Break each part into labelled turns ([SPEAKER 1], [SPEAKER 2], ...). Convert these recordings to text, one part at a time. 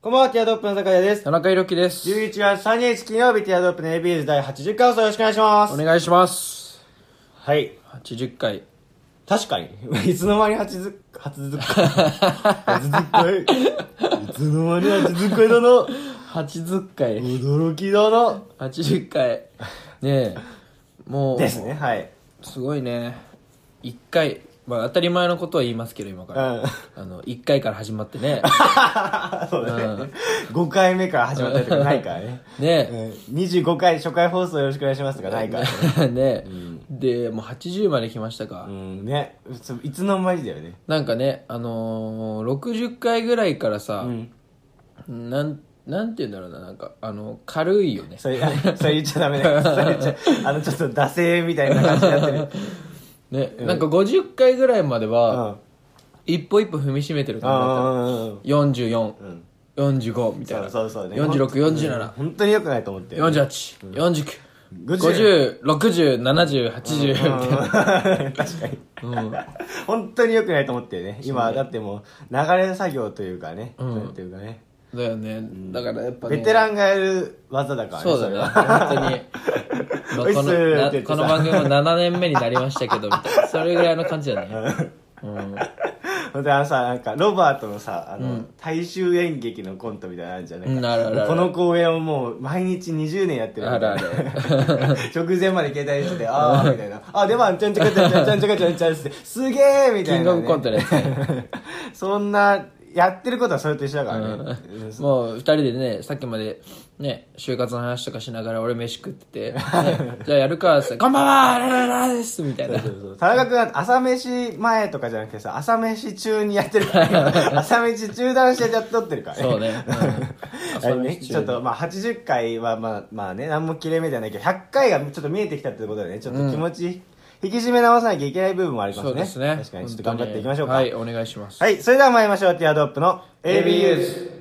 [SPEAKER 1] こんばんは、ティアドロップの酒屋です。
[SPEAKER 2] 田中裕樹です。
[SPEAKER 1] 11月3日金曜日、ティアドロップの ABS 第80回放送よろしくお願いしま
[SPEAKER 2] お
[SPEAKER 1] す。
[SPEAKER 2] 願いします。
[SPEAKER 1] はい。
[SPEAKER 2] 80回。
[SPEAKER 1] 確かに。 いつの間に初ず、初ずっこい。初ずっこい。いつの間に初ずっこいだな。
[SPEAKER 2] 80回。
[SPEAKER 1] 驚きだな。
[SPEAKER 2] 80回。ねえ。もう、
[SPEAKER 1] ですね、はい。
[SPEAKER 2] すごいね。1回。まあ当たり前のことは言いますけど、今から。あの、1回から始まって ね。
[SPEAKER 1] そうだね。5回目から始まったりとかないからね。
[SPEAKER 2] ね
[SPEAKER 1] うん25回初回放送よろしくお願いしますとかない
[SPEAKER 2] え。
[SPEAKER 1] か
[SPEAKER 2] ね
[SPEAKER 1] ら。
[SPEAKER 2] え。で、もう80まで来ましたか。
[SPEAKER 1] うん、ね。いつの間にだよね。
[SPEAKER 2] なんかね、あのー、60回ぐらいからさ
[SPEAKER 1] う、ん。
[SPEAKER 2] なん、なんて言うんだろうな、なんか、あの、軽いよね。
[SPEAKER 1] それ、あそれ言っちゃダメだよ。それ言っちゃ、あの、ちょっと惰性みたいな感じになってる。
[SPEAKER 2] ね、なんか50回ぐらいまで
[SPEAKER 1] うん。
[SPEAKER 2] は、
[SPEAKER 1] あ
[SPEAKER 2] 一歩一歩踏みしめてる感じだったの。
[SPEAKER 1] あ、う
[SPEAKER 2] 4445
[SPEAKER 1] ん。
[SPEAKER 2] みたい
[SPEAKER 1] そうそ
[SPEAKER 2] な
[SPEAKER 1] うそうね。
[SPEAKER 2] 464748
[SPEAKER 1] 本当に良くないと思って。50
[SPEAKER 2] 4950607080みたい
[SPEAKER 1] 確
[SPEAKER 2] な
[SPEAKER 1] かに、本当に良くないと思ってね今だってもう流れ作業というかね、なんていうかね
[SPEAKER 2] だよねだからやっぱね
[SPEAKER 1] ベテランがやる技だからね
[SPEAKER 2] そうだね本当
[SPEAKER 1] おいっ
[SPEAKER 2] にまあ
[SPEAKER 1] す
[SPEAKER 2] こ
[SPEAKER 1] ーって言っ
[SPEAKER 2] の
[SPEAKER 1] てさ
[SPEAKER 2] なこの番組も7年目になりましたけどみたいなそれぐらいの感じだねうん
[SPEAKER 1] それはであのさなんかロバートのさあの、大衆演劇のコントみたいなのあるじゃんない
[SPEAKER 2] うんあるあるある
[SPEAKER 1] この公演をもう毎日20年やってるみたいな
[SPEAKER 2] ある
[SPEAKER 1] 直前まで携帯しててああみたいなあでもちゃんちゃかちゃんちゃんちゃんちゃかちゃんちゃんってすげえみたいな、ね、
[SPEAKER 2] キングオブコントのやつね
[SPEAKER 1] そんなやってることはそれと一緒だからね、うん
[SPEAKER 2] もう2人でねさっきまでね就活の話とかしながら俺飯食ってて、ね じゃあやるかっつって「こんばんはララララです」みたいな
[SPEAKER 1] そうそう田中君は朝飯前とかじゃなくてさ朝飯中にやってるからね 朝飯中断してやっとってるからね
[SPEAKER 2] そうね、
[SPEAKER 1] あれね、ちょっとまあ80回はまあまあね何も切れ目じゃないけど100回がちょっと見えてきたってことでねちょっと気持ち引き締め直さなきゃいけない部分もありますね
[SPEAKER 2] そうですね
[SPEAKER 1] 確かにちょっと頑張っていきましょうか
[SPEAKER 2] は
[SPEAKER 1] はいい、
[SPEAKER 2] お願いします
[SPEAKER 1] それでは参りましょうティアドロップの ABUs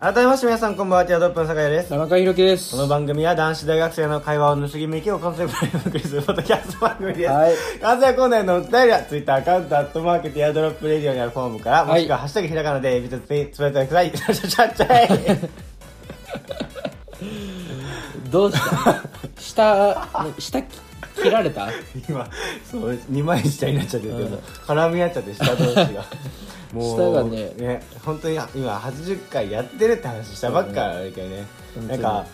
[SPEAKER 1] 改めまして皆さんこんばんはティアドロップの酒屋です
[SPEAKER 2] 田中裕樹です
[SPEAKER 1] この番組は男子大学生の会話を盗み聞きをコンセプトにお送りするポッドキャスト番組です。
[SPEAKER 2] はい
[SPEAKER 1] 関西コーナーへのお便りは、ツイッターアカウント、アットマーク、ティアドロップレディオにあるフォームから、
[SPEAKER 2] はい
[SPEAKER 1] もしくは、ハッシュタグひらがなで、ビズツイつぶやいてください。ちゃちゃちゃい。
[SPEAKER 2] どうした 下下き切られた
[SPEAKER 1] 今、そう、2枚下になっちゃって るけど、絡み合っちゃって、下同士が。
[SPEAKER 2] 下がね
[SPEAKER 1] ね、本当に今、80回やってるって話したばっかりだけどね。
[SPEAKER 2] そう
[SPEAKER 1] な
[SPEAKER 2] ね
[SPEAKER 1] んか、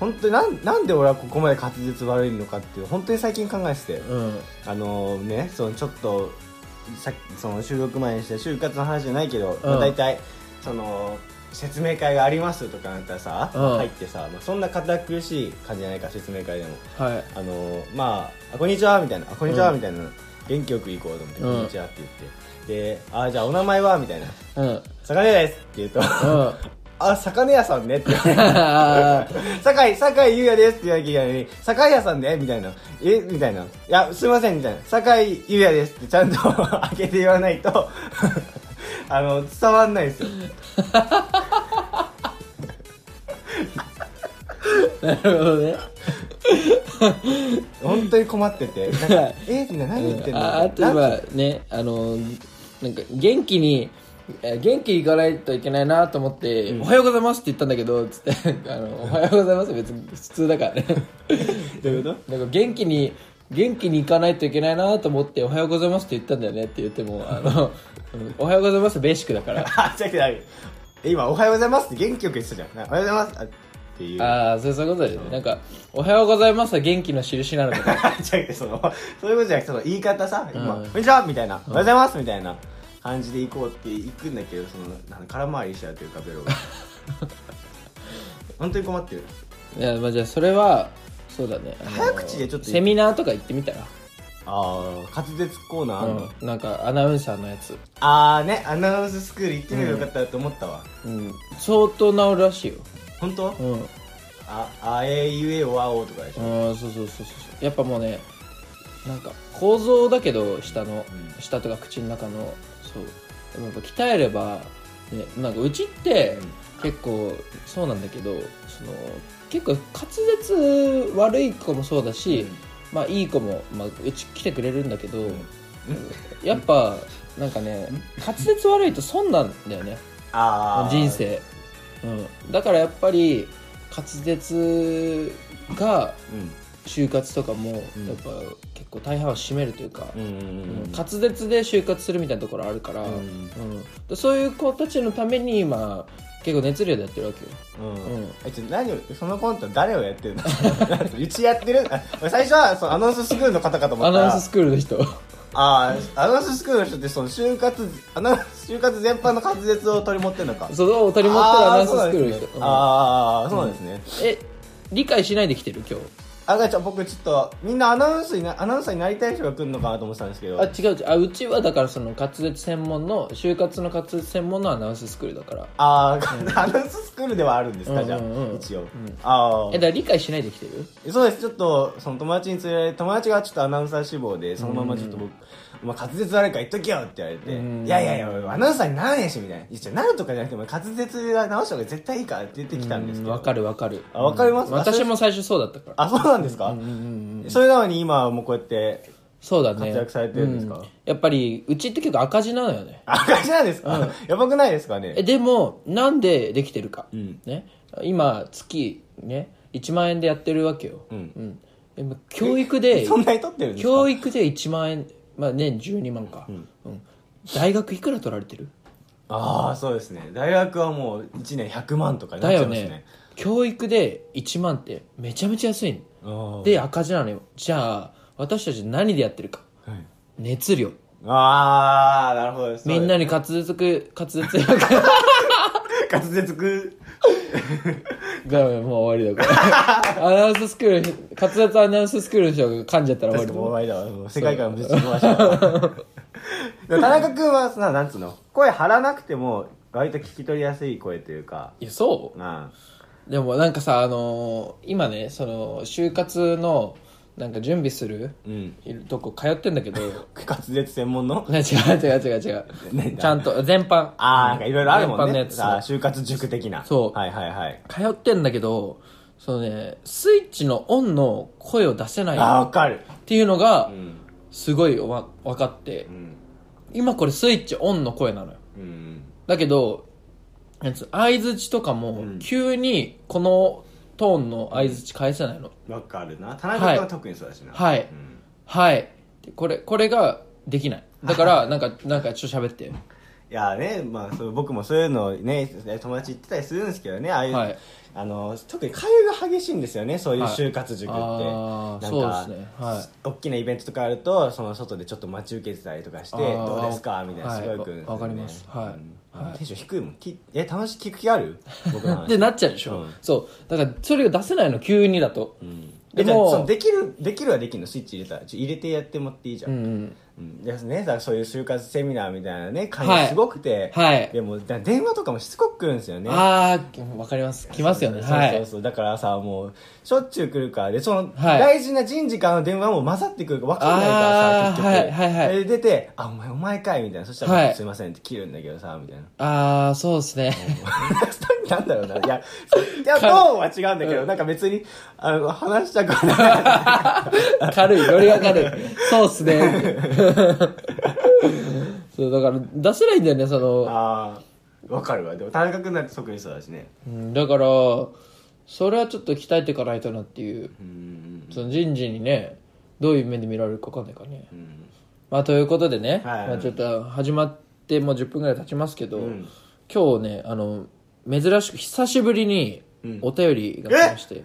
[SPEAKER 1] 本当になん、なんで俺はここまで滑舌悪いのかっていう、本当に最近考えてて。
[SPEAKER 2] うん
[SPEAKER 1] あのねそのちょっとさっきその収録前にして就活の話じゃないけど、まあ、大体その説明会がありますとかなったらさ、
[SPEAKER 2] うん
[SPEAKER 1] 入ってさ、まあ、そんな堅苦しい感じじゃないか説明会でも
[SPEAKER 2] はい
[SPEAKER 1] あのまああ「こんにちは」みたいな「あこんにちは」
[SPEAKER 2] うん
[SPEAKER 1] みたいな、元気よく行こうと思って「
[SPEAKER 2] うん
[SPEAKER 1] こんにちは」って言ってで「あじゃあお名前は?」みたいな
[SPEAKER 2] うん うん
[SPEAKER 1] 「魚屋です」って言うと「あ魚屋さんね」って言われて 酒井、酒井優也ですって言わなきゃいけないのに、酒井屋さんでみたいな。えみたいな。いや、すいません、みたいな。酒井優也ですってちゃんと 開けて言わないと、 あの、伝わんないですよ。
[SPEAKER 2] なるほどね
[SPEAKER 1] 本当に困ってて。 なんかえみたいな、何言ってんの
[SPEAKER 2] ああと
[SPEAKER 1] な
[SPEAKER 2] 今ねあのなんか元気にえー元気に行かないといけないなと思って、おはようございますって言ったんだけど、つって、あの、おはようございます別に普通 だからね。
[SPEAKER 1] どういうこ
[SPEAKER 2] なんか元気に元気に行かないといけないなと思って「おはようございます」って言ったんだよねって言っても「あのうんおはようございます」ベーシックだから
[SPEAKER 1] と あ、違う違う。え今、おはようございますって元気よく言ってたじゃん。なおはようございますあっていう。
[SPEAKER 2] ああそうそういうことだよねなんか「おはようございます」は元気の印なのかな
[SPEAKER 1] じゃなくてそのそういうことじゃなくてその言い方さ今
[SPEAKER 2] う
[SPEAKER 1] 「
[SPEAKER 2] ん
[SPEAKER 1] こんにちは」みたいな「おはようございます」みたいな感じで行こうって行くんだけどそのなんか空回りしちゃうというかベロ が本当に困ってる
[SPEAKER 2] いや、まあ、じゃあそれはそうだねあの
[SPEAKER 1] 早口でちょっと
[SPEAKER 2] セミナーとか行ってみたら
[SPEAKER 1] ああ滑舌コーナーあんの、
[SPEAKER 2] うん、なんかアナウンサーのやつ、
[SPEAKER 1] ああねアナウンススクール行ってみればよかったと思ったわ、
[SPEAKER 2] うん、相当治るらしいよ
[SPEAKER 1] 本当
[SPEAKER 2] うん
[SPEAKER 1] あ、あえいうえおあおとかでしょ。
[SPEAKER 2] あーそうそうそうそうそうやっぱもうねなんか構造だけど下の、
[SPEAKER 1] う
[SPEAKER 2] 下とか口の中のそうでもやっぱ鍛えれば、ね、なんかうちって結構そうなんだけどその結構滑舌悪い子もそうだし、まあいい子も、まあ、うち来てくれるんだけど、 やっぱなんかね滑舌悪いと損なんだよね
[SPEAKER 1] ああ。
[SPEAKER 2] 人。生、うん、だからやっぱり滑舌が
[SPEAKER 1] うん。
[SPEAKER 2] 就活とかもやっ
[SPEAKER 1] うん
[SPEAKER 2] ぱ結構大半を占めるというか、
[SPEAKER 1] うんうんうんうん。
[SPEAKER 2] 滑舌で就活するみたいなところあるから、
[SPEAKER 1] う
[SPEAKER 2] うんんでそういう子たちのために今結構熱量でやってるわけよ
[SPEAKER 1] う
[SPEAKER 2] うんん。
[SPEAKER 1] え、ちょ、何を、そのコント誰をやってるの うちやってるあ俺最初は、そのアナウンススクールの方かと思
[SPEAKER 2] ア
[SPEAKER 1] った
[SPEAKER 2] ナ
[SPEAKER 1] ら。
[SPEAKER 2] ウンススクールの 人
[SPEAKER 1] ああ、アナウンススクールの人って、その就活、アナウンス、就活全般の滑舌を取り持ってるのか。
[SPEAKER 2] その取り持ってるアナウンススクールの人うん
[SPEAKER 1] ああ、そうなんですね。
[SPEAKER 2] え理解しないで来てる今日
[SPEAKER 1] あがちゃん、僕ちょっと、みんなアナウンスにな、アナウンサーになりたい人が来るのかなと思ってたんですけど。
[SPEAKER 2] あ違う違うあうちはだからその滑舌専門の就活の滑舌専門のアナウンススクールだから
[SPEAKER 1] あー、ア ナウンススクールではあるんですか、じゃあ、
[SPEAKER 2] うんうんうん
[SPEAKER 1] 一応。ああ
[SPEAKER 2] えだ。から理解しないで来てる
[SPEAKER 1] そうです、ちょっと、その友達に連れられて、友達がちょっとアナウンサー志望で、そのままちょっと僕、お前滑舌悪いから言っときよって言われて、
[SPEAKER 2] うん
[SPEAKER 1] いやいやいや、アナウンサーにならねえし、みたいな。いや、ちょなるとかじゃなくて、お前滑舌が直した方が絶対いいからって言ってきたんですけ
[SPEAKER 2] う
[SPEAKER 1] ど。
[SPEAKER 2] わかるわかる
[SPEAKER 1] あわかりますか
[SPEAKER 2] 私も最初そうだったから
[SPEAKER 1] あ、そうなんですか、それなのに今はもうこうやって、
[SPEAKER 2] そうだね
[SPEAKER 1] 活躍されてるんですか
[SPEAKER 2] うやっぱりうちって結構赤字なのよね
[SPEAKER 1] 赤字なんですか、やばくないですか
[SPEAKER 2] え
[SPEAKER 1] ね
[SPEAKER 2] でもなんでできてるか、
[SPEAKER 1] ん
[SPEAKER 2] ね、今月ね1万円でやってるわけよ、
[SPEAKER 1] うん
[SPEAKER 2] でも教育で
[SPEAKER 1] そんなに取ってるんですか
[SPEAKER 2] 教育で1万円、まあ、年12万か、うん大学いくら取られてる
[SPEAKER 1] ああ、そうですね。大学はもう1年100万とかになっ
[SPEAKER 2] だ
[SPEAKER 1] ちゃい
[SPEAKER 2] よ
[SPEAKER 1] ますね。
[SPEAKER 2] ね教育で1万ってめちゃめちゃ安いの
[SPEAKER 1] あー
[SPEAKER 2] で赤字なのよじゃあ私たち何でやってるか
[SPEAKER 1] はい
[SPEAKER 2] 熱量
[SPEAKER 1] ああ、なるほどです。
[SPEAKER 2] みんなに滑舌く滑舌力
[SPEAKER 1] 滑舌く、
[SPEAKER 2] ダメもう終わりだ これアナウンススクール滑舌アナウンススクールの人が噛んじゃったら終わ
[SPEAKER 1] 確
[SPEAKER 2] り
[SPEAKER 1] か
[SPEAKER 2] だ
[SPEAKER 1] にお前だわ。もう世界から無視しましたわ。でも田中君はさ、なんつうの、声張らなくても、割と聞き取りやすい声というか、
[SPEAKER 2] いやそ
[SPEAKER 1] ま
[SPEAKER 2] うでもなんかさあのー今ねその就活のなんか準備する
[SPEAKER 1] あ、うん。
[SPEAKER 2] いるとこ通ってんだけど
[SPEAKER 1] 滑舌専門の
[SPEAKER 2] ね違う違う違う違
[SPEAKER 1] なん
[SPEAKER 2] う
[SPEAKER 1] だ
[SPEAKER 2] ちゃんと全般
[SPEAKER 1] ああ、なんかいろいろあるもん
[SPEAKER 2] 全般の
[SPEAKER 1] ね
[SPEAKER 2] や。つ
[SPEAKER 1] さあ、就活塾的な。
[SPEAKER 2] そう
[SPEAKER 1] はいはいはい。
[SPEAKER 2] 通ってんだけどそのねスイッチのオンの声を出せない
[SPEAKER 1] ああ、
[SPEAKER 2] っ
[SPEAKER 1] わかる。
[SPEAKER 2] ていうのが
[SPEAKER 1] うん。
[SPEAKER 2] すごいわ分かって
[SPEAKER 1] うん。
[SPEAKER 2] 今これスイッチオンの声なのよ
[SPEAKER 1] うん。
[SPEAKER 2] だけどなんつう相づちとか
[SPEAKER 1] う
[SPEAKER 2] も
[SPEAKER 1] ん
[SPEAKER 2] 急にこのトーンの相づち返せないの、
[SPEAKER 1] わかるな。田中君は特にそうだしな。
[SPEAKER 2] は
[SPEAKER 1] う
[SPEAKER 2] い
[SPEAKER 1] ん
[SPEAKER 2] はいでこれこれができないだからなんかなんかちょっと喋って
[SPEAKER 1] いやね、まあ、そう僕もそういうのをね、友達言ってたりするんですけどね、ああいう、
[SPEAKER 2] はい
[SPEAKER 1] あの、特に会話が激しいんですよね、そういう
[SPEAKER 2] はい
[SPEAKER 1] 就活塾って。
[SPEAKER 2] あー
[SPEAKER 1] なんか
[SPEAKER 2] そうですねはい
[SPEAKER 1] 大きなイベントとかあると、その外でちょっと待ち受けてたりとかして、
[SPEAKER 2] あー
[SPEAKER 1] どうですかみたいな、
[SPEAKER 2] はい
[SPEAKER 1] すごい来るんですよ、ね。
[SPEAKER 2] わかりますはい
[SPEAKER 1] うん
[SPEAKER 2] はい
[SPEAKER 1] テンション低いもん。きえ、楽しい、聞く気ある僕の話。
[SPEAKER 2] でなっちゃうでしょ、
[SPEAKER 1] うん
[SPEAKER 2] そうだからそれが出せないの急にだと、
[SPEAKER 1] うん
[SPEAKER 2] で
[SPEAKER 1] えじゃあ
[SPEAKER 2] も
[SPEAKER 1] そのできる、できるはできるの、スイッチ入れたら。ちょ入れてやってもらっていいじゃん。
[SPEAKER 2] うんうん、
[SPEAKER 1] うんですね、だからそういう就活セミナーみたいなね、感
[SPEAKER 2] はい
[SPEAKER 1] じすごくて、
[SPEAKER 2] はい
[SPEAKER 1] でもだから電話とかもしつこく来るんですよね。
[SPEAKER 2] ああわかります来ますよねは
[SPEAKER 1] そうそう
[SPEAKER 2] い
[SPEAKER 1] そう。だからさ、もう、しょっちゅう来るから、で、その、
[SPEAKER 2] はい
[SPEAKER 1] 大事な人事からの電話も混ざってくるか分かんないからさ、
[SPEAKER 2] あー
[SPEAKER 1] 結局。
[SPEAKER 2] はいはいはい
[SPEAKER 1] で、出て、あ、お前、お前かい、みたいな。そしたら、
[SPEAKER 2] はい
[SPEAKER 1] すいませんって切るんだけどさ、みたいな。
[SPEAKER 2] ああそうですね
[SPEAKER 1] なんだろうな。いや、そういや、トーンは違うんだけど、なんか別に、あの、話したくはない。
[SPEAKER 2] 軽いよりが軽いそうっ すねそうだから出せないんだよねその
[SPEAKER 1] あーわかるわ。でも、田中君なんて特にそうだし ね。
[SPEAKER 2] うんだからそれはちょっと鍛えていかないとなっていう
[SPEAKER 1] うん。
[SPEAKER 2] その人事にねどういう目で見られるか分かんないからね、
[SPEAKER 1] うん
[SPEAKER 2] まあということでね、
[SPEAKER 1] はい
[SPEAKER 2] まあ、ちょっと始まってもう10分ぐらい経ちますけど、
[SPEAKER 1] ん
[SPEAKER 2] 今日ねあの珍しく久しぶりに
[SPEAKER 1] うん
[SPEAKER 2] お便りが来まして、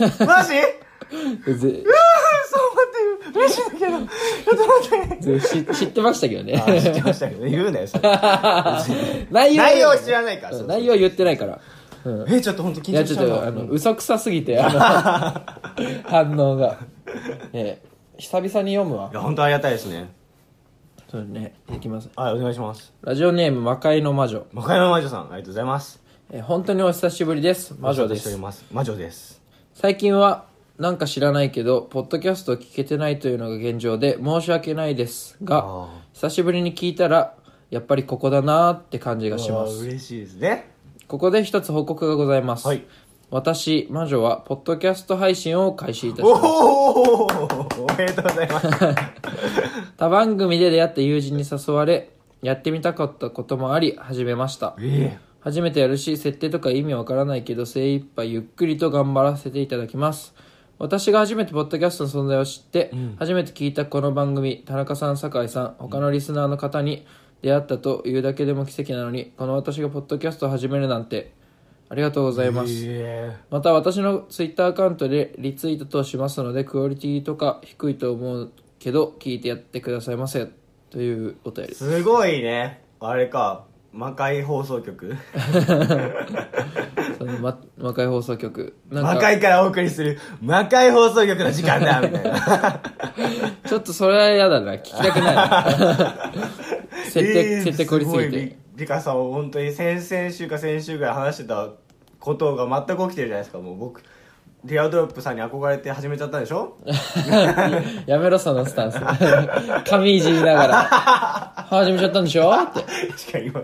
[SPEAKER 1] マジ そう
[SPEAKER 2] ぜ
[SPEAKER 1] 待って、嬉しいんだけ ど、ちょっと待って。
[SPEAKER 2] ぜし知ってましたけどね
[SPEAKER 1] あー知ってましたけど、言うなよ、そ れ。
[SPEAKER 2] 内容
[SPEAKER 1] 内容は知らないからそうそう
[SPEAKER 2] 内容は言ってないからうん
[SPEAKER 1] え、ちょっと本当
[SPEAKER 2] い
[SPEAKER 1] 緊
[SPEAKER 2] や
[SPEAKER 1] 張
[SPEAKER 2] ち
[SPEAKER 1] し
[SPEAKER 2] ょっ
[SPEAKER 1] ちゃう
[SPEAKER 2] とあの嘘くさすぎてあ の反応が、ね、久々に読むわ
[SPEAKER 1] いや、本当ありがたいですね。
[SPEAKER 2] そうねいきます
[SPEAKER 1] はい、お願いします。
[SPEAKER 2] ラジオネーム魔界の魔女
[SPEAKER 1] 魔界の魔女さん、ありがとうございます。
[SPEAKER 2] えー本当にお久しぶりです魔女で
[SPEAKER 1] お待ちしてお
[SPEAKER 2] す
[SPEAKER 1] ります魔女です
[SPEAKER 2] 最近はなんか知らないけどポッドキャストを聞けてないというのが現状で申し訳ないですが
[SPEAKER 1] あ
[SPEAKER 2] 久しぶりに聞いたらやっぱりここだなーって感じがし
[SPEAKER 1] あ
[SPEAKER 2] ます
[SPEAKER 1] ー嬉しいですね
[SPEAKER 2] ここで一つ報告がございます、
[SPEAKER 1] はい
[SPEAKER 2] 私魔女はポッドキャスト配信を開始いたし
[SPEAKER 1] お
[SPEAKER 2] まし
[SPEAKER 1] おおめでとうござ います
[SPEAKER 2] た他番組で出会った友人に誘われやってみたかったこともあり始めました
[SPEAKER 1] え
[SPEAKER 2] 初めてやるし設定とか意味わからないけど精一杯ゆっくりと頑張らせていただきます私が初めてポッドキャストの存在を知って、初めて聞いたこの番組田中さん酒井さん他のリスナーの方に出会ったというだけでも奇跡なのにこの私がポッドキャストを始めるなんてありがとうございます、
[SPEAKER 1] え
[SPEAKER 2] また私のツイッターアカウントでリツイートとしますのでクオリティとか低いと思うけど聞いてやってくださいませというお便り
[SPEAKER 1] すごいねあれか魔界放送局
[SPEAKER 2] その、ま、魔界放送局なん
[SPEAKER 1] 魔
[SPEAKER 2] か
[SPEAKER 1] 界からお送りする魔界放送局の時間だみたいな
[SPEAKER 2] ちょっとそれは嫌だな聞きたくない な 設定、
[SPEAKER 1] えー
[SPEAKER 2] 設定凝りすぎ
[SPEAKER 1] ごい
[SPEAKER 2] て
[SPEAKER 1] リリカさんは本当に先々週か先週ぐらい話してたことが全く起きてるじゃないですかもう僕ティアドロップさんに憧れて始めちゃったでしょ
[SPEAKER 2] やめろそのスタンス 髪いじりながら始めちゃったんでしょって
[SPEAKER 1] 確かに今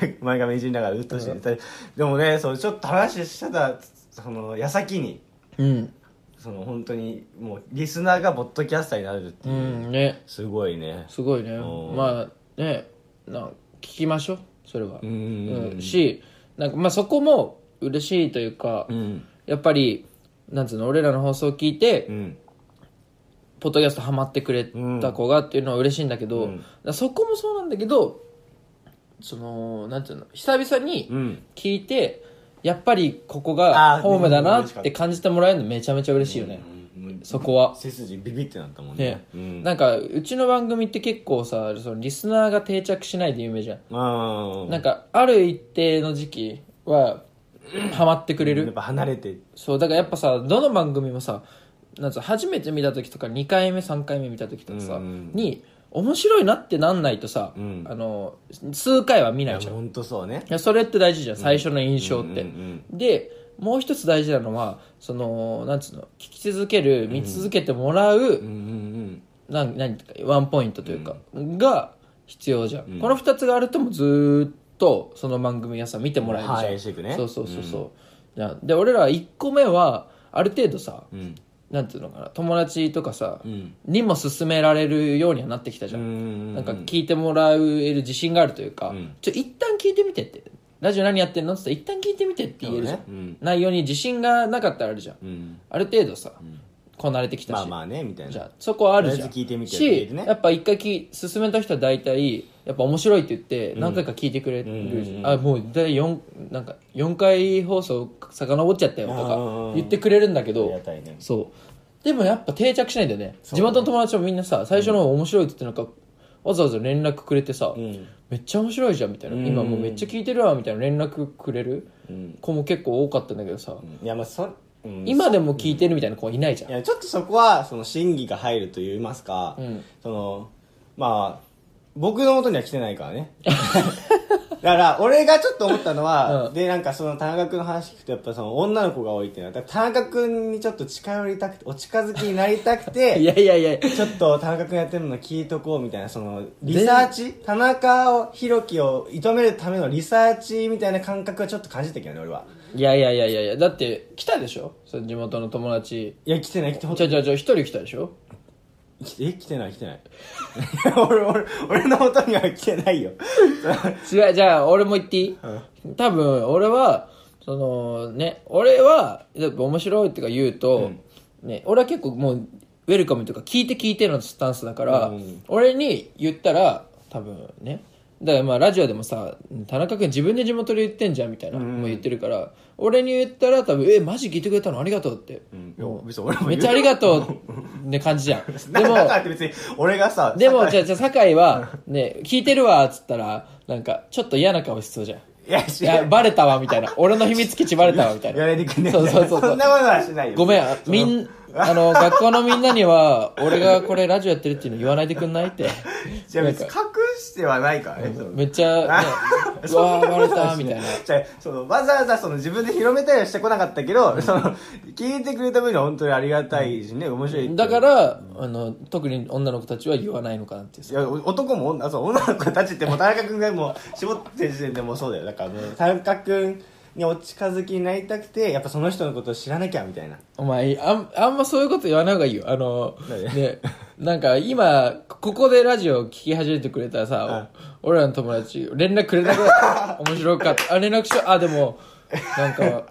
[SPEAKER 1] 前前髪いじりながらうっとしてた、でもねそうちょっと話してたその矢先に
[SPEAKER 2] うん
[SPEAKER 1] その本当にもうリスナーがボットキャスターになるって
[SPEAKER 2] う
[SPEAKER 1] いう、
[SPEAKER 2] んね
[SPEAKER 1] すごいね
[SPEAKER 2] すごいね
[SPEAKER 1] うん
[SPEAKER 2] まあねなん聞きましょうそれは
[SPEAKER 1] う
[SPEAKER 2] うん
[SPEAKER 1] ん
[SPEAKER 2] しなんかまあそこも嬉しいというか、
[SPEAKER 1] うん
[SPEAKER 2] やっぱりなんつうの俺らの放送を聞いて、
[SPEAKER 1] うん
[SPEAKER 2] ポッドキャストハマってくれた子がっていうのは嬉しいんだけど、
[SPEAKER 1] うん
[SPEAKER 2] だからそこもそうなんだけどそのなんつうの久々に
[SPEAKER 1] うん
[SPEAKER 2] 聞いて、やっぱりここが
[SPEAKER 1] あー
[SPEAKER 2] ホームだなっ
[SPEAKER 1] うん
[SPEAKER 2] て感じてもらえるのめちゃめちゃ嬉しいよね、そこは
[SPEAKER 1] 背筋ビビってなったもんね
[SPEAKER 2] ね、
[SPEAKER 1] うん
[SPEAKER 2] なんかうちの番組って結構さそのリスナーが定着しないで有名じゃん、
[SPEAKER 1] うん
[SPEAKER 2] なんかある一定の時期はハマってくれる、
[SPEAKER 1] やっぱ離れて
[SPEAKER 2] そうだからやっぱさどの番組もさなんつうの初めて見た時とか2回目3回目見た時とかさ、
[SPEAKER 1] うんうん
[SPEAKER 2] に面白いなってなんないとさ、
[SPEAKER 1] うん
[SPEAKER 2] あの数回は見ないじゃんい
[SPEAKER 1] 本当そうね
[SPEAKER 2] やそれって大事じゃん最初の印象って、
[SPEAKER 1] うんうん
[SPEAKER 2] でもう一つ大事なのはそのなんつうの聞き続ける見続けてもらう、
[SPEAKER 1] うんうん
[SPEAKER 2] なんなんていうかワンポイントというか、が必要じゃん、
[SPEAKER 1] うん
[SPEAKER 2] この2つがあるともうずーっとその番組やさ見てもらえるじゃん、
[SPEAKER 1] 反映していくね
[SPEAKER 2] そうそうそうそう、じゃんで俺ら1個目はある程度さ
[SPEAKER 1] うんうん
[SPEAKER 2] なんていうのかな友達とかさ、
[SPEAKER 1] うん
[SPEAKER 2] にも勧められるようにはなってきたじゃん、
[SPEAKER 1] うん
[SPEAKER 2] なんか聞いてもらえる自信があるというか、
[SPEAKER 1] うん
[SPEAKER 2] ちょ一旦聞いてみてってラジオ何やってんのって言ったら一旦聞いてみてって言えるじゃん、
[SPEAKER 1] そうねうん
[SPEAKER 2] 内容に自信がなかったらあるじゃん、
[SPEAKER 1] うん
[SPEAKER 2] ある程度さ、こなれてきた
[SPEAKER 1] ま
[SPEAKER 2] し、
[SPEAKER 1] あまあねみたい
[SPEAKER 2] じゃ
[SPEAKER 1] な
[SPEAKER 2] あそこはあるじゃん
[SPEAKER 1] とりあえず聞いてみてって言え
[SPEAKER 2] し
[SPEAKER 1] るね
[SPEAKER 2] やっぱ一回き進めた人は大体やっぱ面白いって言って何回か聞いてくれるじゃんあもう第四なんか4回放送遡っちゃったよと
[SPEAKER 1] うんうんう
[SPEAKER 2] か
[SPEAKER 1] ん
[SPEAKER 2] 言ってくれるんだけ
[SPEAKER 1] あり
[SPEAKER 2] ど
[SPEAKER 1] がたいね
[SPEAKER 2] そうでもやっぱ定着しないんだよね地元の友達もみんなさ最初の方面白いって言ってなんかわざわざ連絡くれてさ、
[SPEAKER 1] ん
[SPEAKER 2] めっちゃ面白いじゃんみたいな、
[SPEAKER 1] うん
[SPEAKER 2] 今もうめっちゃ聞いてるわみたいな連絡くれる
[SPEAKER 1] うん
[SPEAKER 2] 子も結構多かったんだけどさ、
[SPEAKER 1] いやまあそうん
[SPEAKER 2] 今でも聞いてるみたいな子いないじゃ
[SPEAKER 1] い
[SPEAKER 2] ん、
[SPEAKER 1] やちょっとそこはその審議が入ると言いますか、
[SPEAKER 2] うん
[SPEAKER 1] そのまあ僕の元には来てないからね だから俺がちょっと思ったのは、
[SPEAKER 2] うん
[SPEAKER 1] でなんかその田中君の話聞くとやっぱその女の子が多いっていうのはだから田中君にちょっと近寄りたくてお近づきになりたくて
[SPEAKER 2] いやいやいや
[SPEAKER 1] ちょっと田中君やってるの聞いとこうみたいなそのリサーチ田中宏樹を射止めるためのリサーチみたいな感覚はちょっと感じたけどね俺はい
[SPEAKER 2] やいやいやいやいやだって来たでしょその地元の友達
[SPEAKER 1] いや来てない来てほん
[SPEAKER 2] じゃじゃじゃ一人来たでしょ
[SPEAKER 1] 来てえ来てない来てない 俺俺俺の元には来てないよ
[SPEAKER 2] 違うじゃあ俺も言っていい、多分俺はそのね俺はやっぱ面白いってか言うと、ね、俺は結構もうウェルカムとか聞いて聞いてのスタンスだから、
[SPEAKER 1] うん
[SPEAKER 2] 俺に言ったら多分ねだからまあラジオでもさ田中君自分で地元で言ってんじゃんみたいな、もう言ってるから俺に言ったら多分「えマジ聞いてくれたのありがとう」って、
[SPEAKER 1] いや別に俺も
[SPEAKER 2] め
[SPEAKER 1] 言
[SPEAKER 2] っ
[SPEAKER 1] う
[SPEAKER 2] ちゃありがとうね感じじゃん
[SPEAKER 1] な
[SPEAKER 2] で
[SPEAKER 1] だ
[SPEAKER 2] も
[SPEAKER 1] からって別に俺がさ
[SPEAKER 2] でも
[SPEAKER 1] 酒
[SPEAKER 2] じゃあじゃあ酒井はね聞いてるわっつったらなんかちょっと嫌な顔しそうじゃん
[SPEAKER 1] 井いや
[SPEAKER 2] い
[SPEAKER 1] 知ら
[SPEAKER 2] や、バレたわ、みたいな。俺の秘密基地バレたわ、みたいな。
[SPEAKER 1] やれてくんね
[SPEAKER 2] そうそうそうそう
[SPEAKER 1] そんなことはしないよ
[SPEAKER 2] ごめん、みん、あの、学校のみんなには、俺がこれラジオやってるっていうの言わないでくんないって。
[SPEAKER 1] じゃあ別に
[SPEAKER 2] なん
[SPEAKER 1] 隠してはないからね。
[SPEAKER 2] めっちゃ、ね、うわー、バレた、みたいな。
[SPEAKER 1] じゃあそのわざわざその自分で広めたりはしてこなかったけど、その聞いてくれた分には本当にありがたいしね、面白い。、
[SPEAKER 2] だからら、あの、特に女の子たちは言わないのかなっていう
[SPEAKER 1] い。やお男も女そう女の子たちってもう田中君がもう絞ってる時点でもうそうだよ。だからもう田中君にお近づきになりたくて、やっぱその人のことを知らなきゃみた いな。
[SPEAKER 2] お前、あん、あんまそういうこと言わない方がいいよ。あの、
[SPEAKER 1] 何
[SPEAKER 2] ね、なんか今、ここでラジオ聞き始めてくれたらさ、俺らの友達、連絡くれなく なった。面白かった。あ、連絡しよう。あ、でも、なんか、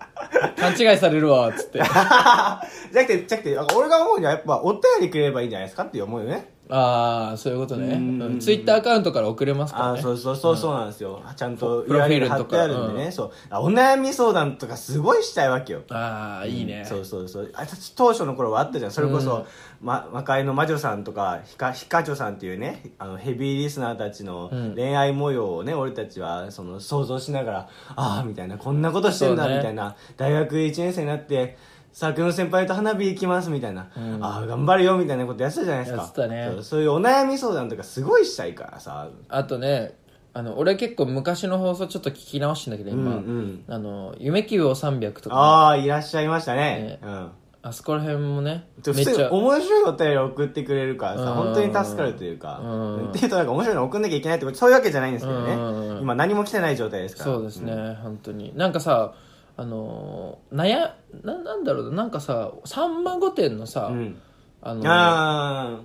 [SPEAKER 2] 勘違いされるわ、つって。あ
[SPEAKER 1] じゃなくて、じゃなくて、なんか俺が思うにはやっぱお便りくれればいいんじゃないですかっていう思うよね。
[SPEAKER 2] あー、そういうことね。うんツイッターアカウントから送れますから
[SPEAKER 1] あ
[SPEAKER 2] ね。
[SPEAKER 1] そうそうそうそうなんですよ、ちゃんと
[SPEAKER 2] プロフィー
[SPEAKER 1] URL
[SPEAKER 2] ル
[SPEAKER 1] 貼っ
[SPEAKER 2] と
[SPEAKER 1] て
[SPEAKER 2] か
[SPEAKER 1] あるんでね、そうあお悩み相談とかすごいしたいわけよ
[SPEAKER 2] あー、いいね。
[SPEAKER 1] そうそうそうあ当初の頃はあったじゃんそれこそ、ま、魔界の魔女さんとかヒカヒカチョさんっていうねあのヘビーリスナーたちの恋愛模様をね、俺たちはその想像しながらああみたいなこんなことしてんだ、
[SPEAKER 2] そうね
[SPEAKER 1] みたいな大学1年生になってサークルの先輩と花火行きますみたいな、ああ頑張るよみたいなことやってたじゃないですか
[SPEAKER 2] やってたね
[SPEAKER 1] そうそういうお悩み相談とかすごいしたいからさ
[SPEAKER 2] あとね、あの、俺結構昔の放送ちょっと聞き直してんだけど、今、
[SPEAKER 1] うんうん
[SPEAKER 2] あの、夢希望300とか、
[SPEAKER 1] ああいらっしゃいましたね
[SPEAKER 2] ね
[SPEAKER 1] うん
[SPEAKER 2] あそこら辺もね、
[SPEAKER 1] で
[SPEAKER 2] め
[SPEAKER 1] 普通
[SPEAKER 2] っち
[SPEAKER 1] に
[SPEAKER 2] ゃ、
[SPEAKER 1] 面白いお便りを送ってくれるから
[SPEAKER 2] う
[SPEAKER 1] さ
[SPEAKER 2] ん
[SPEAKER 1] 本当に助かるというか
[SPEAKER 2] うん
[SPEAKER 1] っていうとなんか面白いの送んなきゃいけないってことそういうわけじゃないんですけど
[SPEAKER 2] う
[SPEAKER 1] ね
[SPEAKER 2] ん
[SPEAKER 1] 今何も来てない状態ですから
[SPEAKER 2] そうですね、本当になんかさあのー悩ななんだろうななんかささんま御殿のさ、
[SPEAKER 1] うん
[SPEAKER 2] あの
[SPEAKER 1] あ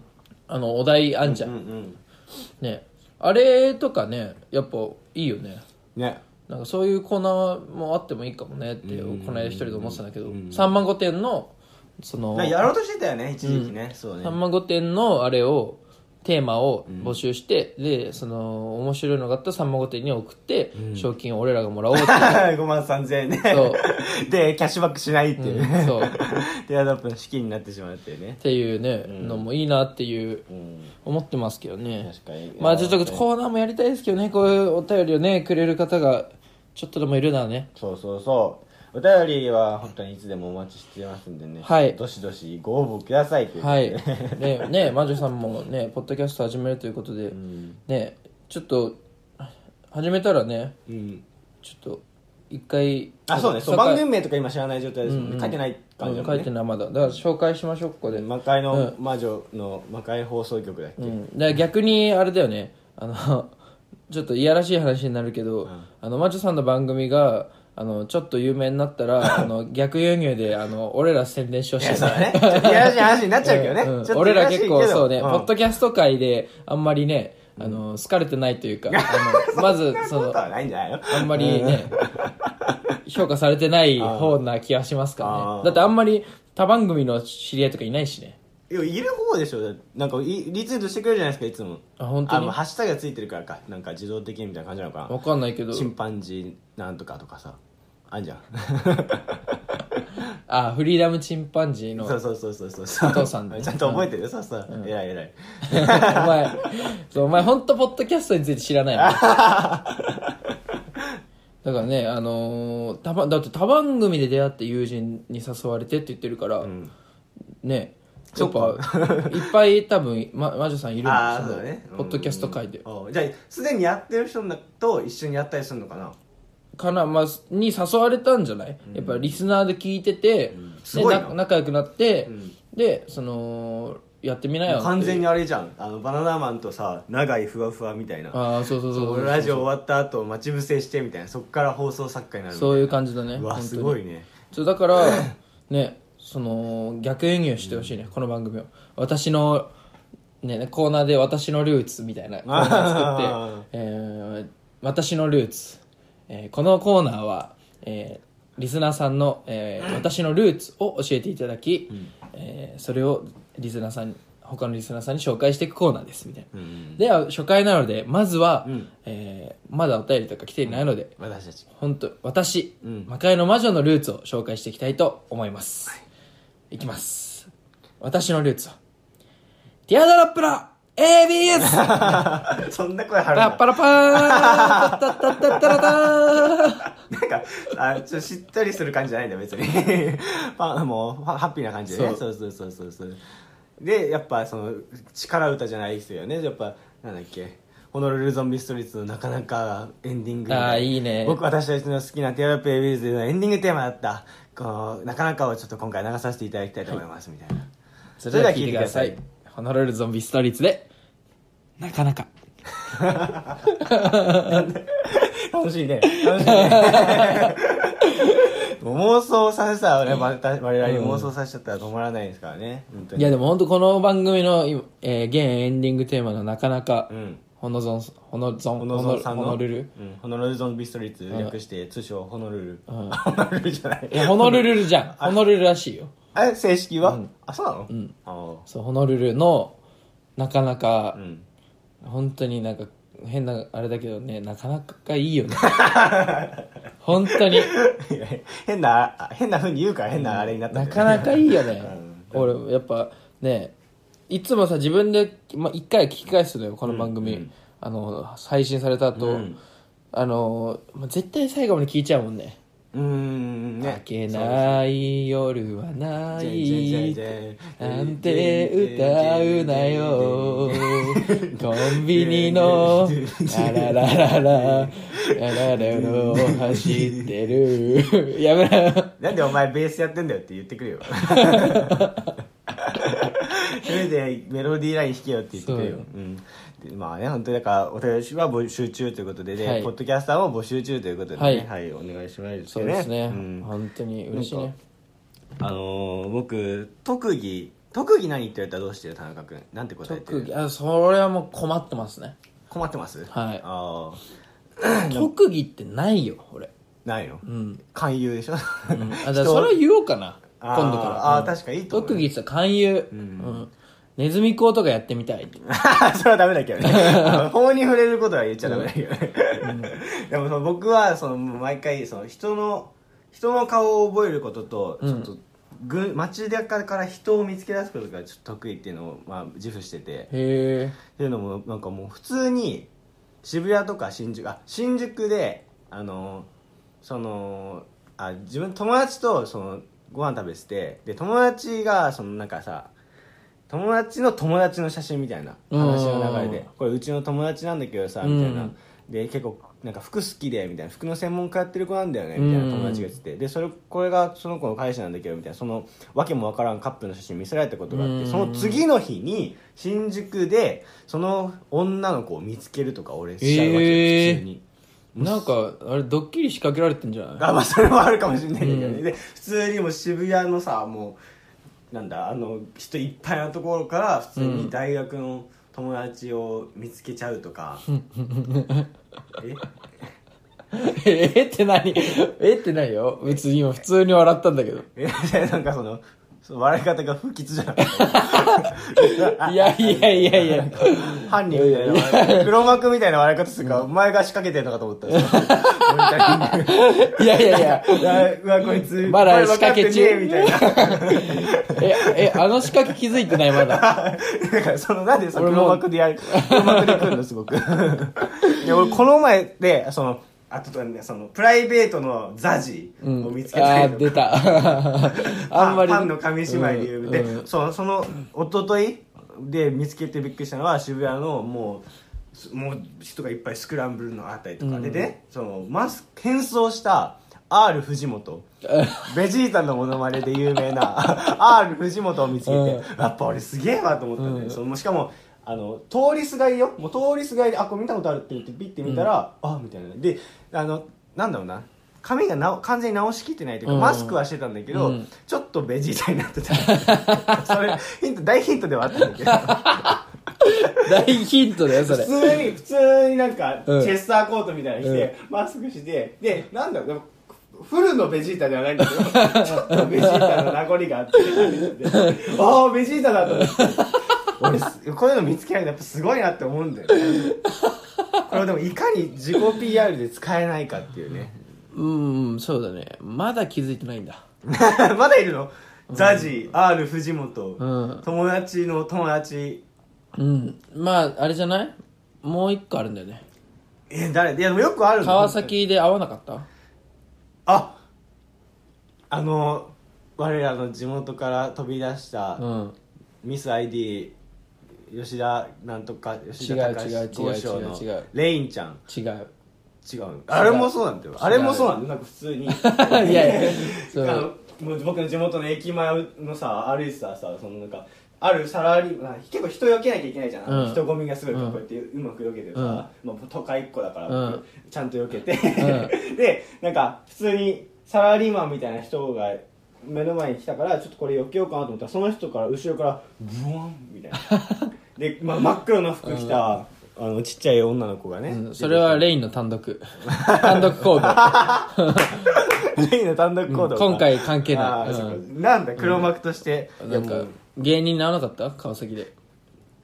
[SPEAKER 2] あのお題あんじ
[SPEAKER 1] あ
[SPEAKER 2] ゃ、
[SPEAKER 1] うんんうん
[SPEAKER 2] ねあれとかねやっぱいいよね
[SPEAKER 1] ね
[SPEAKER 2] なんかそういうコーナーもあってもいいかもねってこの間一人で思ってたんだけど、
[SPEAKER 1] うん
[SPEAKER 2] さんま御殿のその
[SPEAKER 1] なんかやろうとしてたよね一時期ねそうね
[SPEAKER 2] さ んま御殿のあれをテーマを募集して、でその面白いのがあったらさんま御殿に送って、賞金を俺らがもらおうっていう
[SPEAKER 1] 5万3000円ね
[SPEAKER 2] そ
[SPEAKER 1] でキャッシュバックしないっていう
[SPEAKER 2] う
[SPEAKER 1] ね
[SPEAKER 2] んそう
[SPEAKER 1] テアドアップの資金になってしまうっていうね
[SPEAKER 2] っていうね、のもいいなっていう
[SPEAKER 1] うん
[SPEAKER 2] 思ってますけどね
[SPEAKER 1] 確かに
[SPEAKER 2] まあちょっと
[SPEAKER 1] こ
[SPEAKER 2] コーナーもやりたいですけどねこういうお便りをねくれる方がちょっとでもいるならね
[SPEAKER 1] そうそうそう。お便りは本当にいつでもお待ちしてますんでね。
[SPEAKER 2] はい
[SPEAKER 1] どしどしご応募くださいということ
[SPEAKER 2] は
[SPEAKER 1] で
[SPEAKER 2] い
[SPEAKER 1] ね。
[SPEAKER 2] ねね魔女さんもねポッドキャスト始めるということで、ねちょっと始めたらね
[SPEAKER 1] うん。
[SPEAKER 2] ちょっと一回
[SPEAKER 1] あ、そうね。そう、
[SPEAKER 2] 酒井
[SPEAKER 1] 番組名とか今知らない状態ですもんね。書いてない感じだ
[SPEAKER 2] うん
[SPEAKER 1] も
[SPEAKER 2] 書
[SPEAKER 1] ん
[SPEAKER 2] いて
[SPEAKER 1] ね。
[SPEAKER 2] ないまだだから紹介しましょうここで、
[SPEAKER 1] 魔界の魔女の魔界放送局だっけ、
[SPEAKER 2] うん、だから逆にあれだよねあの ちょっといやらしい話になるけど、あのマチョさんの番組があのちょっと有名になっ たらあの逆輸入であの俺ら宣伝しようし
[SPEAKER 1] そう
[SPEAKER 2] て
[SPEAKER 1] だね。ちょっといやらしい話になっちゃうけどね。
[SPEAKER 2] うん
[SPEAKER 1] ちょっと
[SPEAKER 2] 俺ら結構そうね、
[SPEAKER 1] いや
[SPEAKER 2] ポ
[SPEAKER 1] らしいけど
[SPEAKER 2] ッドキャスト界であんまりねあの好かれてないという かあのまず
[SPEAKER 1] うん、そ
[SPEAKER 2] そ
[SPEAKER 1] んなこ
[SPEAKER 2] の
[SPEAKER 1] とはないんじゃないの
[SPEAKER 2] あんまりね、評価されてない方な気がしますから
[SPEAKER 1] あー
[SPEAKER 2] ねだってあんまり他番組の知り合いとかいないしね
[SPEAKER 1] いや、いる方でしょ。だってなんかい、リツイートしてくれるじゃないですか、いつも。
[SPEAKER 2] あ本当
[SPEAKER 1] もう
[SPEAKER 2] に
[SPEAKER 1] ハッシュタグがついてるからか。なんか自動的にみたいな感じなのかな。
[SPEAKER 2] わかんないけど
[SPEAKER 1] チンパンジーなんとかとかさ。あんじゃん。
[SPEAKER 2] あフリーダムチンパンジー の
[SPEAKER 1] そうそうそうそうそうそう
[SPEAKER 2] お父さん ね
[SPEAKER 1] ちゃんと覚えてるよそうそう、偉い偉い
[SPEAKER 2] お前、そうお前ほんとポッドキャストについて知らないもんだからね、あのーたば、だって他番組で出会って友人に誘われてって言ってるから、ね、やっぱ、いっぱい多分、ま、魔女さんいるん
[SPEAKER 1] ああ
[SPEAKER 2] です
[SPEAKER 1] そう
[SPEAKER 2] よ、
[SPEAKER 1] だね
[SPEAKER 2] ポッドキャスト界で。
[SPEAKER 1] おうじゃあすでにやってる人と一緒にやったりするのかな
[SPEAKER 2] かな、まあ、に誘われたんじゃない、やっぱリスナーで聞いてて、
[SPEAKER 1] す
[SPEAKER 2] で
[SPEAKER 1] ごいな
[SPEAKER 2] な仲良くなって、で、その、やってみなよっていう
[SPEAKER 1] 完全にあれじゃんあのバナナマンとさ長いふわふわみたいな
[SPEAKER 2] ああ、そうそうそうそう
[SPEAKER 1] 俺ラジオ終わった後待ち伏せしてみたいなそっから放送作家になる
[SPEAKER 2] そう
[SPEAKER 1] う
[SPEAKER 2] いう感じだね。
[SPEAKER 1] うわ
[SPEAKER 2] 本当
[SPEAKER 1] す
[SPEAKER 2] に
[SPEAKER 1] ごいね
[SPEAKER 2] そうだからねその逆輸入してほしいね、この番組を私の、ね、コーナーで「私のルーツ」みたいなコーナー作って「えー私のルーツ」えーこのコーナーは、えーリスナーさんの、えー私のルーツ」を教えていただき、えーそれをリスナーさん他のリスナーさんに紹介していくコーナーですみたいな、では初回なのでまずは、えーまだお便りとか来ていないので、
[SPEAKER 1] 私たち
[SPEAKER 2] 本当私、魔界の魔女のルーツを紹介していきたいと思います、い、きます私のルーツは「ティアドロップの ABS!
[SPEAKER 1] そんな声張る
[SPEAKER 2] パ
[SPEAKER 1] な
[SPEAKER 2] ッパラパーンタッタッタッタラタ ー
[SPEAKER 1] なんかあちょしっとりする感じじゃないんだよ別に パンもうハハッピーな感じでねそ
[SPEAKER 2] そう
[SPEAKER 1] そうそうそうそうでやっぱその力歌じゃないですよねやっぱなんだっけホノルルゾンビストリートのなかなかエンディング
[SPEAKER 2] あーいいね
[SPEAKER 1] 僕私たちの好きなティアラペイビーズのエンディングテーマだったこうなかなかをちょっと今回流させていただきたいと思います、みたいな
[SPEAKER 2] それでは聞いてください。ホノルルゾンビストーリーズで、なかなか。
[SPEAKER 1] 楽しいね。楽しいね。妄想させたらね、また我々に妄想させちゃったら止まらないですからね。本当
[SPEAKER 2] い
[SPEAKER 1] に。
[SPEAKER 2] やでも本当この番組の、今えー現エンディングテーマのなかなか
[SPEAKER 1] うん、
[SPEAKER 2] ほのぞん、ほのぞん、
[SPEAKER 1] ホノゾンさんの
[SPEAKER 2] ほのルル。
[SPEAKER 1] うん、ホノルルゾンビストリート略して、通称ホノルル。
[SPEAKER 2] ん
[SPEAKER 1] ホノルルじゃない。
[SPEAKER 2] いや、ホノルルじゃん。ホノルルらしいよ。
[SPEAKER 1] え、正式は、あ、そうなのうん。あ
[SPEAKER 2] そう、ホノルルの、なかなか
[SPEAKER 1] ーう、ん。
[SPEAKER 2] 本当になんか、変な、あれだけどね、なかなかいいよね。 本当に。
[SPEAKER 1] いや変な、あ変な風に言うから変なあれになった
[SPEAKER 2] な
[SPEAKER 1] けど
[SPEAKER 2] かなかいいよね。俺、やっぱね、いつもさ、自分で、まあ、一回は聞き返すのよ、この番組。あの、配信された後、
[SPEAKER 1] うん
[SPEAKER 2] あの、まあ、絶対最後まで聞いちゃうもんね。
[SPEAKER 1] うーん、
[SPEAKER 2] 明
[SPEAKER 1] ね。
[SPEAKER 2] けない夜はな
[SPEAKER 1] じゃん
[SPEAKER 2] い
[SPEAKER 1] じゃんじゃん
[SPEAKER 2] なんて歌うなよコンビニのあらららららららの走ってるやめろ
[SPEAKER 1] なんでお前ベースやってんだよって言ってくれよ。 それでメロディーライン弾けよって言ってくれよ。
[SPEAKER 2] そう
[SPEAKER 1] うんでまあね、本当にだから、お便りは募集中ということで、で
[SPEAKER 2] はい
[SPEAKER 1] ポッドキャスターも募集中ということで、ね、は、
[SPEAKER 2] はいい
[SPEAKER 1] お願いします、
[SPEAKER 2] そうですね、
[SPEAKER 1] うん
[SPEAKER 2] 本当に嬉しいね
[SPEAKER 1] あのー僕、特技、特技何って言われたらどうしてる田中君。なんて答えて
[SPEAKER 2] 特技
[SPEAKER 1] る
[SPEAKER 2] あそれはもう困ってますね
[SPEAKER 1] 困ってます
[SPEAKER 2] はい
[SPEAKER 1] ああ、
[SPEAKER 2] 特技ってないよ俺
[SPEAKER 1] ないの、
[SPEAKER 2] うん、
[SPEAKER 1] 勧誘でしょ、
[SPEAKER 2] うん、あ じゃあそれは言おうかな
[SPEAKER 1] あー
[SPEAKER 2] 今度から
[SPEAKER 1] あー確かにいいと思う
[SPEAKER 2] 特技って言ったら勧誘、うんネズミ講とかやってみたいって
[SPEAKER 1] それはダメだけどね。あの法に触れることは言っちゃダメだけどね。でもその僕はその毎回その人の、人の顔を覚えることと、ちょっと、ぐ街中から人を見つけ出すことがちょっと得意っていうのを、まあ、自負してて。
[SPEAKER 2] へえ
[SPEAKER 1] っていうのもなんかもう普通に渋谷とか新宿あ新宿であのそのあ自分友達とそのご飯食べててで友達がそのなんかさ友達の友達の写真みたいな話の流れ
[SPEAKER 2] う
[SPEAKER 1] で
[SPEAKER 2] ん
[SPEAKER 1] これうちの友達なんだけどさみたいな、
[SPEAKER 2] うん
[SPEAKER 1] で結構なんか服好きでみたいな服の専門家やってる子なんだよねみたいな
[SPEAKER 2] うん
[SPEAKER 1] 友達が言っててでそれこれがその子の彼氏なんだけどみたいなそのわけもわからんカップルの写真見せられたことがあっ
[SPEAKER 2] う
[SPEAKER 1] て
[SPEAKER 2] ん
[SPEAKER 1] その次の日に新宿でその女の子を見つけるとか俺しちゃうわけよ
[SPEAKER 2] えー
[SPEAKER 1] 普通に。
[SPEAKER 2] なんかあれドッキリ仕掛けられてんじゃない
[SPEAKER 1] あまあそれもあるかもしれないけどね、で普通にもう渋谷のさもうなんだあの人いっぱいなところから普通に大学の友達を見つけちゃうと か、え
[SPEAKER 2] ええって何えってないよ別に今普通に笑ったんだけど
[SPEAKER 1] えなんかそのその笑い方が不吉じゃない
[SPEAKER 2] いやいやいやいや
[SPEAKER 1] 犯人みたいな笑い方黒幕みたいな笑い方するからお前が仕掛けてんのかと思ったら
[SPEAKER 2] いやいやい や
[SPEAKER 1] うわこいつ
[SPEAKER 2] まだ仕
[SPEAKER 1] 分かっ
[SPEAKER 2] 掛
[SPEAKER 1] てね
[SPEAKER 2] け中
[SPEAKER 1] えみたいな
[SPEAKER 2] ええあの仕掛け気づいてないまだ
[SPEAKER 1] だからそのなんでその
[SPEAKER 2] 俺も
[SPEAKER 1] 黒幕でやる黒幕で来るのすごくいや俺この前でそのあとねそのプライベートのザジを
[SPEAKER 2] うん
[SPEAKER 1] 見つけ
[SPEAKER 2] あ
[SPEAKER 1] たり
[SPEAKER 2] ー
[SPEAKER 1] と
[SPEAKER 2] 出
[SPEAKER 1] か、
[SPEAKER 2] た あんまり
[SPEAKER 1] パンパンの紙芝居で言う、
[SPEAKER 2] うん
[SPEAKER 1] で、
[SPEAKER 2] うん
[SPEAKER 1] そのその一昨日で見つけてびっくりしたのは渋谷のもうすもう人がいっぱいスクランブルのあたりとか、でねそのマス変装した R 藤 本ベジータのモノマネで有名な R 藤本を見つけて、
[SPEAKER 2] うん
[SPEAKER 1] やっぱ俺すげえわと思ったんだよ、そのしかもあの通りすがりよもう通りすがりであこれ見たことあるって言ってピッて見たら、あみたいなであのなんだろうな髪がなお完全に直しきってないというか、
[SPEAKER 2] うん
[SPEAKER 1] マスクはしてたんだけど、
[SPEAKER 2] うん
[SPEAKER 1] ちょっとベジータになってた それヒント大ヒントではあったんだけど
[SPEAKER 2] 大ヒントだよそ
[SPEAKER 1] 普
[SPEAKER 2] れ
[SPEAKER 1] 通に普通になんかチ
[SPEAKER 2] うん
[SPEAKER 1] ェスターコートみたいなの着て、マスクしてでなんだろうでもフルのベジータではないんだけどちょっとベジータの名残があってああベジータだと思って俺すこういうの見つけられるのやっぱすごいなって思うんだよねこれでもいかに自己 PR で使えないかっていうね
[SPEAKER 2] うんうんそうだねまだ気づいてないんだ
[SPEAKER 1] まだいるのザジ、R 藤本、
[SPEAKER 2] うん
[SPEAKER 1] 友達の友達
[SPEAKER 2] うんまああれじゃないもう一個あるんだよね
[SPEAKER 1] え、誰いや、でもよくあるの
[SPEAKER 2] 川。崎で会わなかった
[SPEAKER 1] ああの、我らの地元から飛び出した、
[SPEAKER 2] うん
[SPEAKER 1] ミス ID 吉田なんとか吉田隆
[SPEAKER 2] 違う違う違う
[SPEAKER 1] 豪商の
[SPEAKER 2] 違う違う
[SPEAKER 1] レインちゃん
[SPEAKER 2] 違う
[SPEAKER 1] 違うのあれもそうなんだよあれもそうなんだよなんか普通に
[SPEAKER 2] い やいやそ
[SPEAKER 1] あ
[SPEAKER 2] う
[SPEAKER 1] のもう僕の地元の駅前のさ歩いてたらさそのなんかあるサラリーマン結構人避けなきゃいけないじゃん、
[SPEAKER 2] うん
[SPEAKER 1] 人混みがすごいこうやってうまく避けてさ、まあ、都会っ子だから、
[SPEAKER 2] うん
[SPEAKER 1] ちゃんと避けて、でなんか普通にサラリーマンみたいな人が目の前に来たからちょっとこれ避けようかなと思ったらその人から後ろからブワンみたいな で、まあ、真っ黒の服着た、あのちっちゃい女の子がね、
[SPEAKER 2] うんそれはレインの 単独単独行動
[SPEAKER 1] レイの単独行動か、
[SPEAKER 2] うん今回関係ない
[SPEAKER 1] あー
[SPEAKER 2] うん
[SPEAKER 1] そっかなんだ黒幕として、い
[SPEAKER 2] な
[SPEAKER 1] や
[SPEAKER 2] ん
[SPEAKER 1] も
[SPEAKER 2] か
[SPEAKER 1] う
[SPEAKER 2] 芸人にならなかった川崎で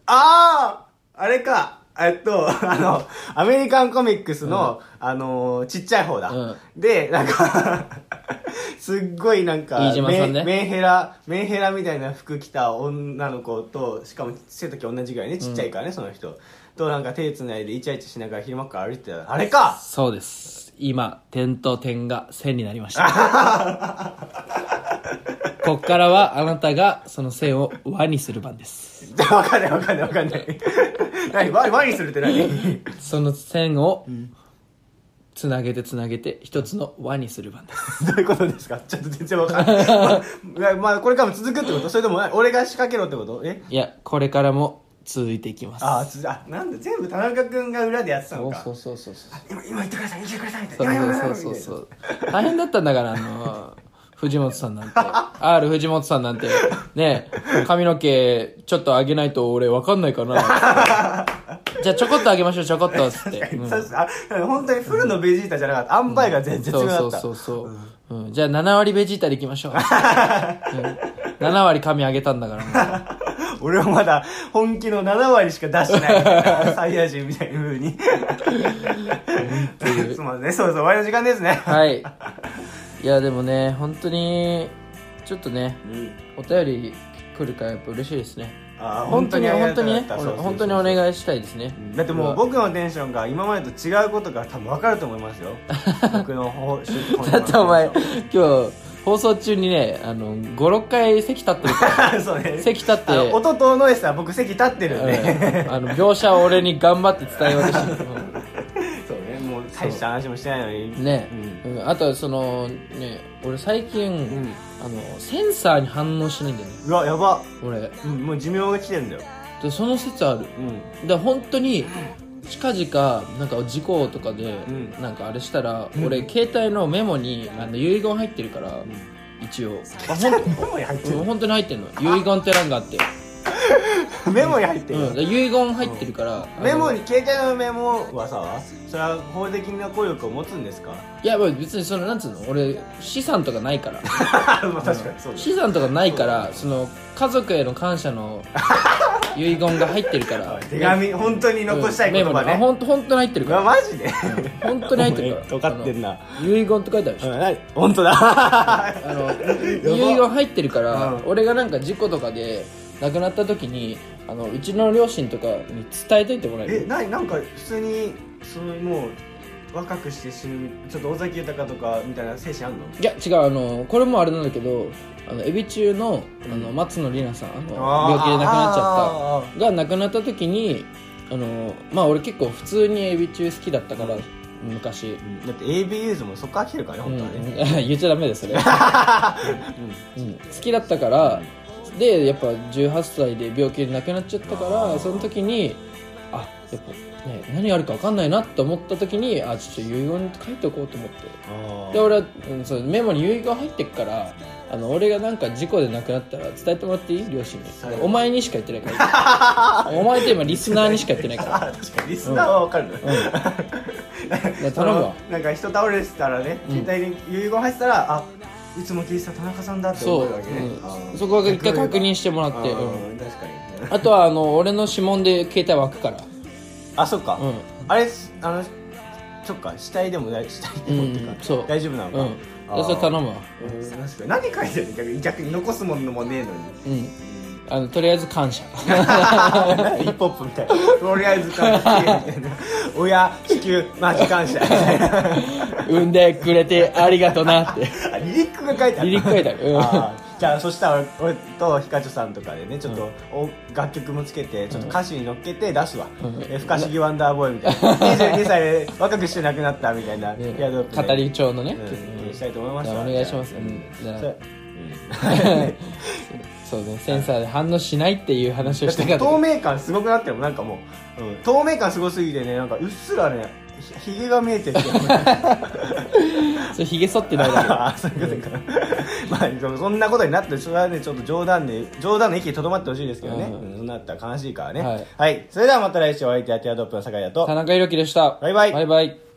[SPEAKER 1] あああれかえっと、 あの、アメリカンコミックスの、あのーちっちゃい方だ。
[SPEAKER 2] うん
[SPEAKER 1] で、なんか、 すっごいなんか
[SPEAKER 2] 飯島さん
[SPEAKER 1] メ
[SPEAKER 2] ね
[SPEAKER 1] ン、メンヘラ、メンヘラみたいな服着た女の子と、しかも背丈同じぐらいね、ちっちゃいからね、その人。となんか手つないでイチャイチャしながら昼間から歩いてた。あれか
[SPEAKER 2] そうです今点と点が線になりました こっからはあなたがその線を輪にする番です
[SPEAKER 1] わかんないわかんないわかん ない。何ワワインするって何
[SPEAKER 2] その線をつなげてつなげて一つの輪にする番で す
[SPEAKER 1] どういうことですかちょっと全然わかんない。まあいや、 まあ、これからも続くってことそれとも、俺が仕掛けろってことえ
[SPEAKER 2] いやこれからも続いていきます
[SPEAKER 1] ああ、つあ、なんだ、全部田中君が裏でやってた
[SPEAKER 2] そ
[SPEAKER 1] の
[SPEAKER 2] う
[SPEAKER 1] か。
[SPEAKER 2] そうそうそうそう
[SPEAKER 1] 今、今言ってください、言ってください、みた
[SPEAKER 2] そ
[SPEAKER 1] いな。今
[SPEAKER 2] うそうそうそうそう大変だったんだからあの藤本さんなんて R 藤本さんなんてね髪の毛ちょっと上げないと俺わかんないかなじゃあちょこっと上げましょうちょこっとっつって、うん
[SPEAKER 1] そうそうあ本当にフルのベジータじゃなかった。アンバイが全然違
[SPEAKER 2] そう
[SPEAKER 1] か
[SPEAKER 2] そ
[SPEAKER 1] っ
[SPEAKER 2] う
[SPEAKER 1] た。
[SPEAKER 2] そうそう、うんじゃあ7割ベジータでいきましょう、うん、7割髪上げたんだからも
[SPEAKER 1] 俺はまだ本気の7割しか出してないみたいな。サイヤ人みたいな風に。 すまんね。そうそう、終わりの時間ですね。
[SPEAKER 2] うはいいやでもね本当にちょっとね
[SPEAKER 1] うん
[SPEAKER 2] お便り来るからやっぱ嬉しいですね
[SPEAKER 1] あー
[SPEAKER 2] 本当に本当にね
[SPEAKER 1] ありがとうございました
[SPEAKER 2] 本当にお願いしたいですね
[SPEAKER 1] だってもう僕のテンションが今までと違うことが多分分かると思います よ僕の方
[SPEAKER 2] だってお前
[SPEAKER 1] 出
[SPEAKER 2] 今日放送中にねあの56回席立ってる か
[SPEAKER 1] そうね
[SPEAKER 2] ら席立って
[SPEAKER 1] あの音とノイズは僕席立ってるんで、
[SPEAKER 2] うんあの描写を俺に頑張って伝えようとしてる
[SPEAKER 1] そうねもう大した話もしてないの
[SPEAKER 2] うん
[SPEAKER 1] に
[SPEAKER 2] ね、うんあとそのね俺最近、
[SPEAKER 1] ん
[SPEAKER 2] あのセンサーに反応しないんだよね
[SPEAKER 1] うわやば、
[SPEAKER 2] 俺
[SPEAKER 1] うん、もう寿命が来てんだよ
[SPEAKER 2] でその説ある
[SPEAKER 1] うん
[SPEAKER 2] だから本当に近々なんか事故とかで、
[SPEAKER 1] うん
[SPEAKER 2] なんかあれしたら、
[SPEAKER 1] うん
[SPEAKER 2] 俺携帯のメモにあの遺言入ってるから、一応あほん
[SPEAKER 1] メモに入って
[SPEAKER 2] うん
[SPEAKER 1] る
[SPEAKER 2] 本当に 入ってんの遺言って欄があって、
[SPEAKER 1] メモに入って
[SPEAKER 2] う
[SPEAKER 1] る、
[SPEAKER 2] ん、だから遺言入ってるから、あの
[SPEAKER 1] メモに携帯のメモはさそれは法的な効力を持つん ですか
[SPEAKER 2] いやまあ別にそのなんつうの俺資産とかな いから
[SPEAKER 1] まあ確かにそう
[SPEAKER 2] 資産とかないからその家族への感謝 の遺言が入ってるから
[SPEAKER 1] だ手紙本当に残したい言葉
[SPEAKER 2] メモにあ
[SPEAKER 1] ね、
[SPEAKER 2] 本当本当に入ってる
[SPEAKER 1] う
[SPEAKER 2] か
[SPEAKER 1] わ
[SPEAKER 2] ら
[SPEAKER 1] マジで
[SPEAKER 2] 本当に入 ってるから
[SPEAKER 1] 分かってんな
[SPEAKER 2] あの遺言って書いてあるでしょ
[SPEAKER 1] うん何本当だ
[SPEAKER 2] あの遺言入ってるから、
[SPEAKER 1] うん
[SPEAKER 2] 俺がなんか事故とかで亡くなった時にあのうちの両親とかに伝えといてもらえ
[SPEAKER 1] え
[SPEAKER 2] る
[SPEAKER 1] ななんか普通にそのもう若くして死ぬちょっと尾崎豊とかみたいな精神あんの
[SPEAKER 2] いや違うあのこれもあれなんだけどあのエビ中のあの松野里奈さんあの病気で亡くなっちゃ
[SPEAKER 1] ゃ
[SPEAKER 2] ったが亡くなった時にあのまあ俺結構普通にエビ中好きだったから昔、
[SPEAKER 1] っただって AB ユーズもそこ飽きてるからね本
[SPEAKER 2] うん
[SPEAKER 1] 当はね、
[SPEAKER 2] 言っちゃダメですそれ、うん好きだったからでやっぱ18歳で病気で亡くなっちゃったからその時にあやっぱね何あるか分かんないなと思った時にあちょっと遺言書いておこうと思って
[SPEAKER 1] あー
[SPEAKER 2] で俺は、うん、そうメモに遺言入ってっからあの俺がなんか事故で亡くなったら伝えてもらっていい両親に
[SPEAKER 1] はい
[SPEAKER 2] お前にしか言ってないから お前って今リスナーにしか言ってないか
[SPEAKER 1] あー確かにリスナーはわかるの、
[SPEAKER 2] ら、うん、や
[SPEAKER 1] そ
[SPEAKER 2] 頼む
[SPEAKER 1] の
[SPEAKER 2] わ
[SPEAKER 1] なんか人倒れてたらね
[SPEAKER 2] うん
[SPEAKER 1] 携帯に遺言入ってたら、あいつも聞いてた田中さんだって
[SPEAKER 2] そ
[SPEAKER 1] 思
[SPEAKER 2] う
[SPEAKER 1] うわけね、あ
[SPEAKER 2] う
[SPEAKER 1] ー
[SPEAKER 2] ん、そこは一回確認
[SPEAKER 1] し
[SPEAKER 2] してもら
[SPEAKER 1] あ
[SPEAKER 2] って、うん
[SPEAKER 1] ー確かに
[SPEAKER 2] あとはあの俺の指紋で携帯湧くから
[SPEAKER 1] あそっか、
[SPEAKER 2] うん
[SPEAKER 1] あれあのそっか死体でも大死体でもっていうか、
[SPEAKER 2] うんそう
[SPEAKER 1] 大丈夫なのか、
[SPEAKER 2] うん
[SPEAKER 1] あー
[SPEAKER 2] それ頼むわ
[SPEAKER 1] う ん確かに何書いてるの逆に逆に残すものもねえのに
[SPEAKER 2] うんあのとりあえず感謝
[SPEAKER 1] ヒップホップみたいなとりあえず感謝みたい な親地球マジ感謝みたいな
[SPEAKER 2] 産んでくれてありがとなって
[SPEAKER 1] あリリックが書いてある
[SPEAKER 2] リリック書いてあるうん
[SPEAKER 1] あーじゃあそしたら俺とひかちょさんとかでねちょっと、お楽曲もつけてちょっと歌詞に乗っけて出すわ「
[SPEAKER 2] うん
[SPEAKER 1] え不可思議ワンダーボーイ」みたい な22歳で若くして亡くなったみたいな、
[SPEAKER 2] ね
[SPEAKER 1] いやだってね
[SPEAKER 2] 語り調のね、
[SPEAKER 1] うんしたいと思いま
[SPEAKER 2] じ
[SPEAKER 1] す
[SPEAKER 2] ゃあ
[SPEAKER 1] わ
[SPEAKER 2] お願いします、
[SPEAKER 1] じゃ
[SPEAKER 2] う
[SPEAKER 1] あ
[SPEAKER 2] ん、じゃあ
[SPEAKER 1] それ
[SPEAKER 2] そうねセンサーで反応しないっていう話を
[SPEAKER 1] だ
[SPEAKER 2] し
[SPEAKER 1] ったて
[SPEAKER 2] かった
[SPEAKER 1] 透明感すごくなってるもんなんかもう、うん透明感すごすぎてねなんかうっすらねひひげが見えてる
[SPEAKER 2] それひげ剃ってないだけ
[SPEAKER 1] あーそういうことか、まあそそんなことになってそれはねちょっと冗談で冗談の域にとどまってほしいですけどね、
[SPEAKER 2] うん
[SPEAKER 1] うんそんなったら悲しいからね
[SPEAKER 2] はい
[SPEAKER 1] それではまた来週お相手はティアドロップの酒井だと
[SPEAKER 2] 田中裕樹でした
[SPEAKER 1] バイバイ
[SPEAKER 2] バイバイ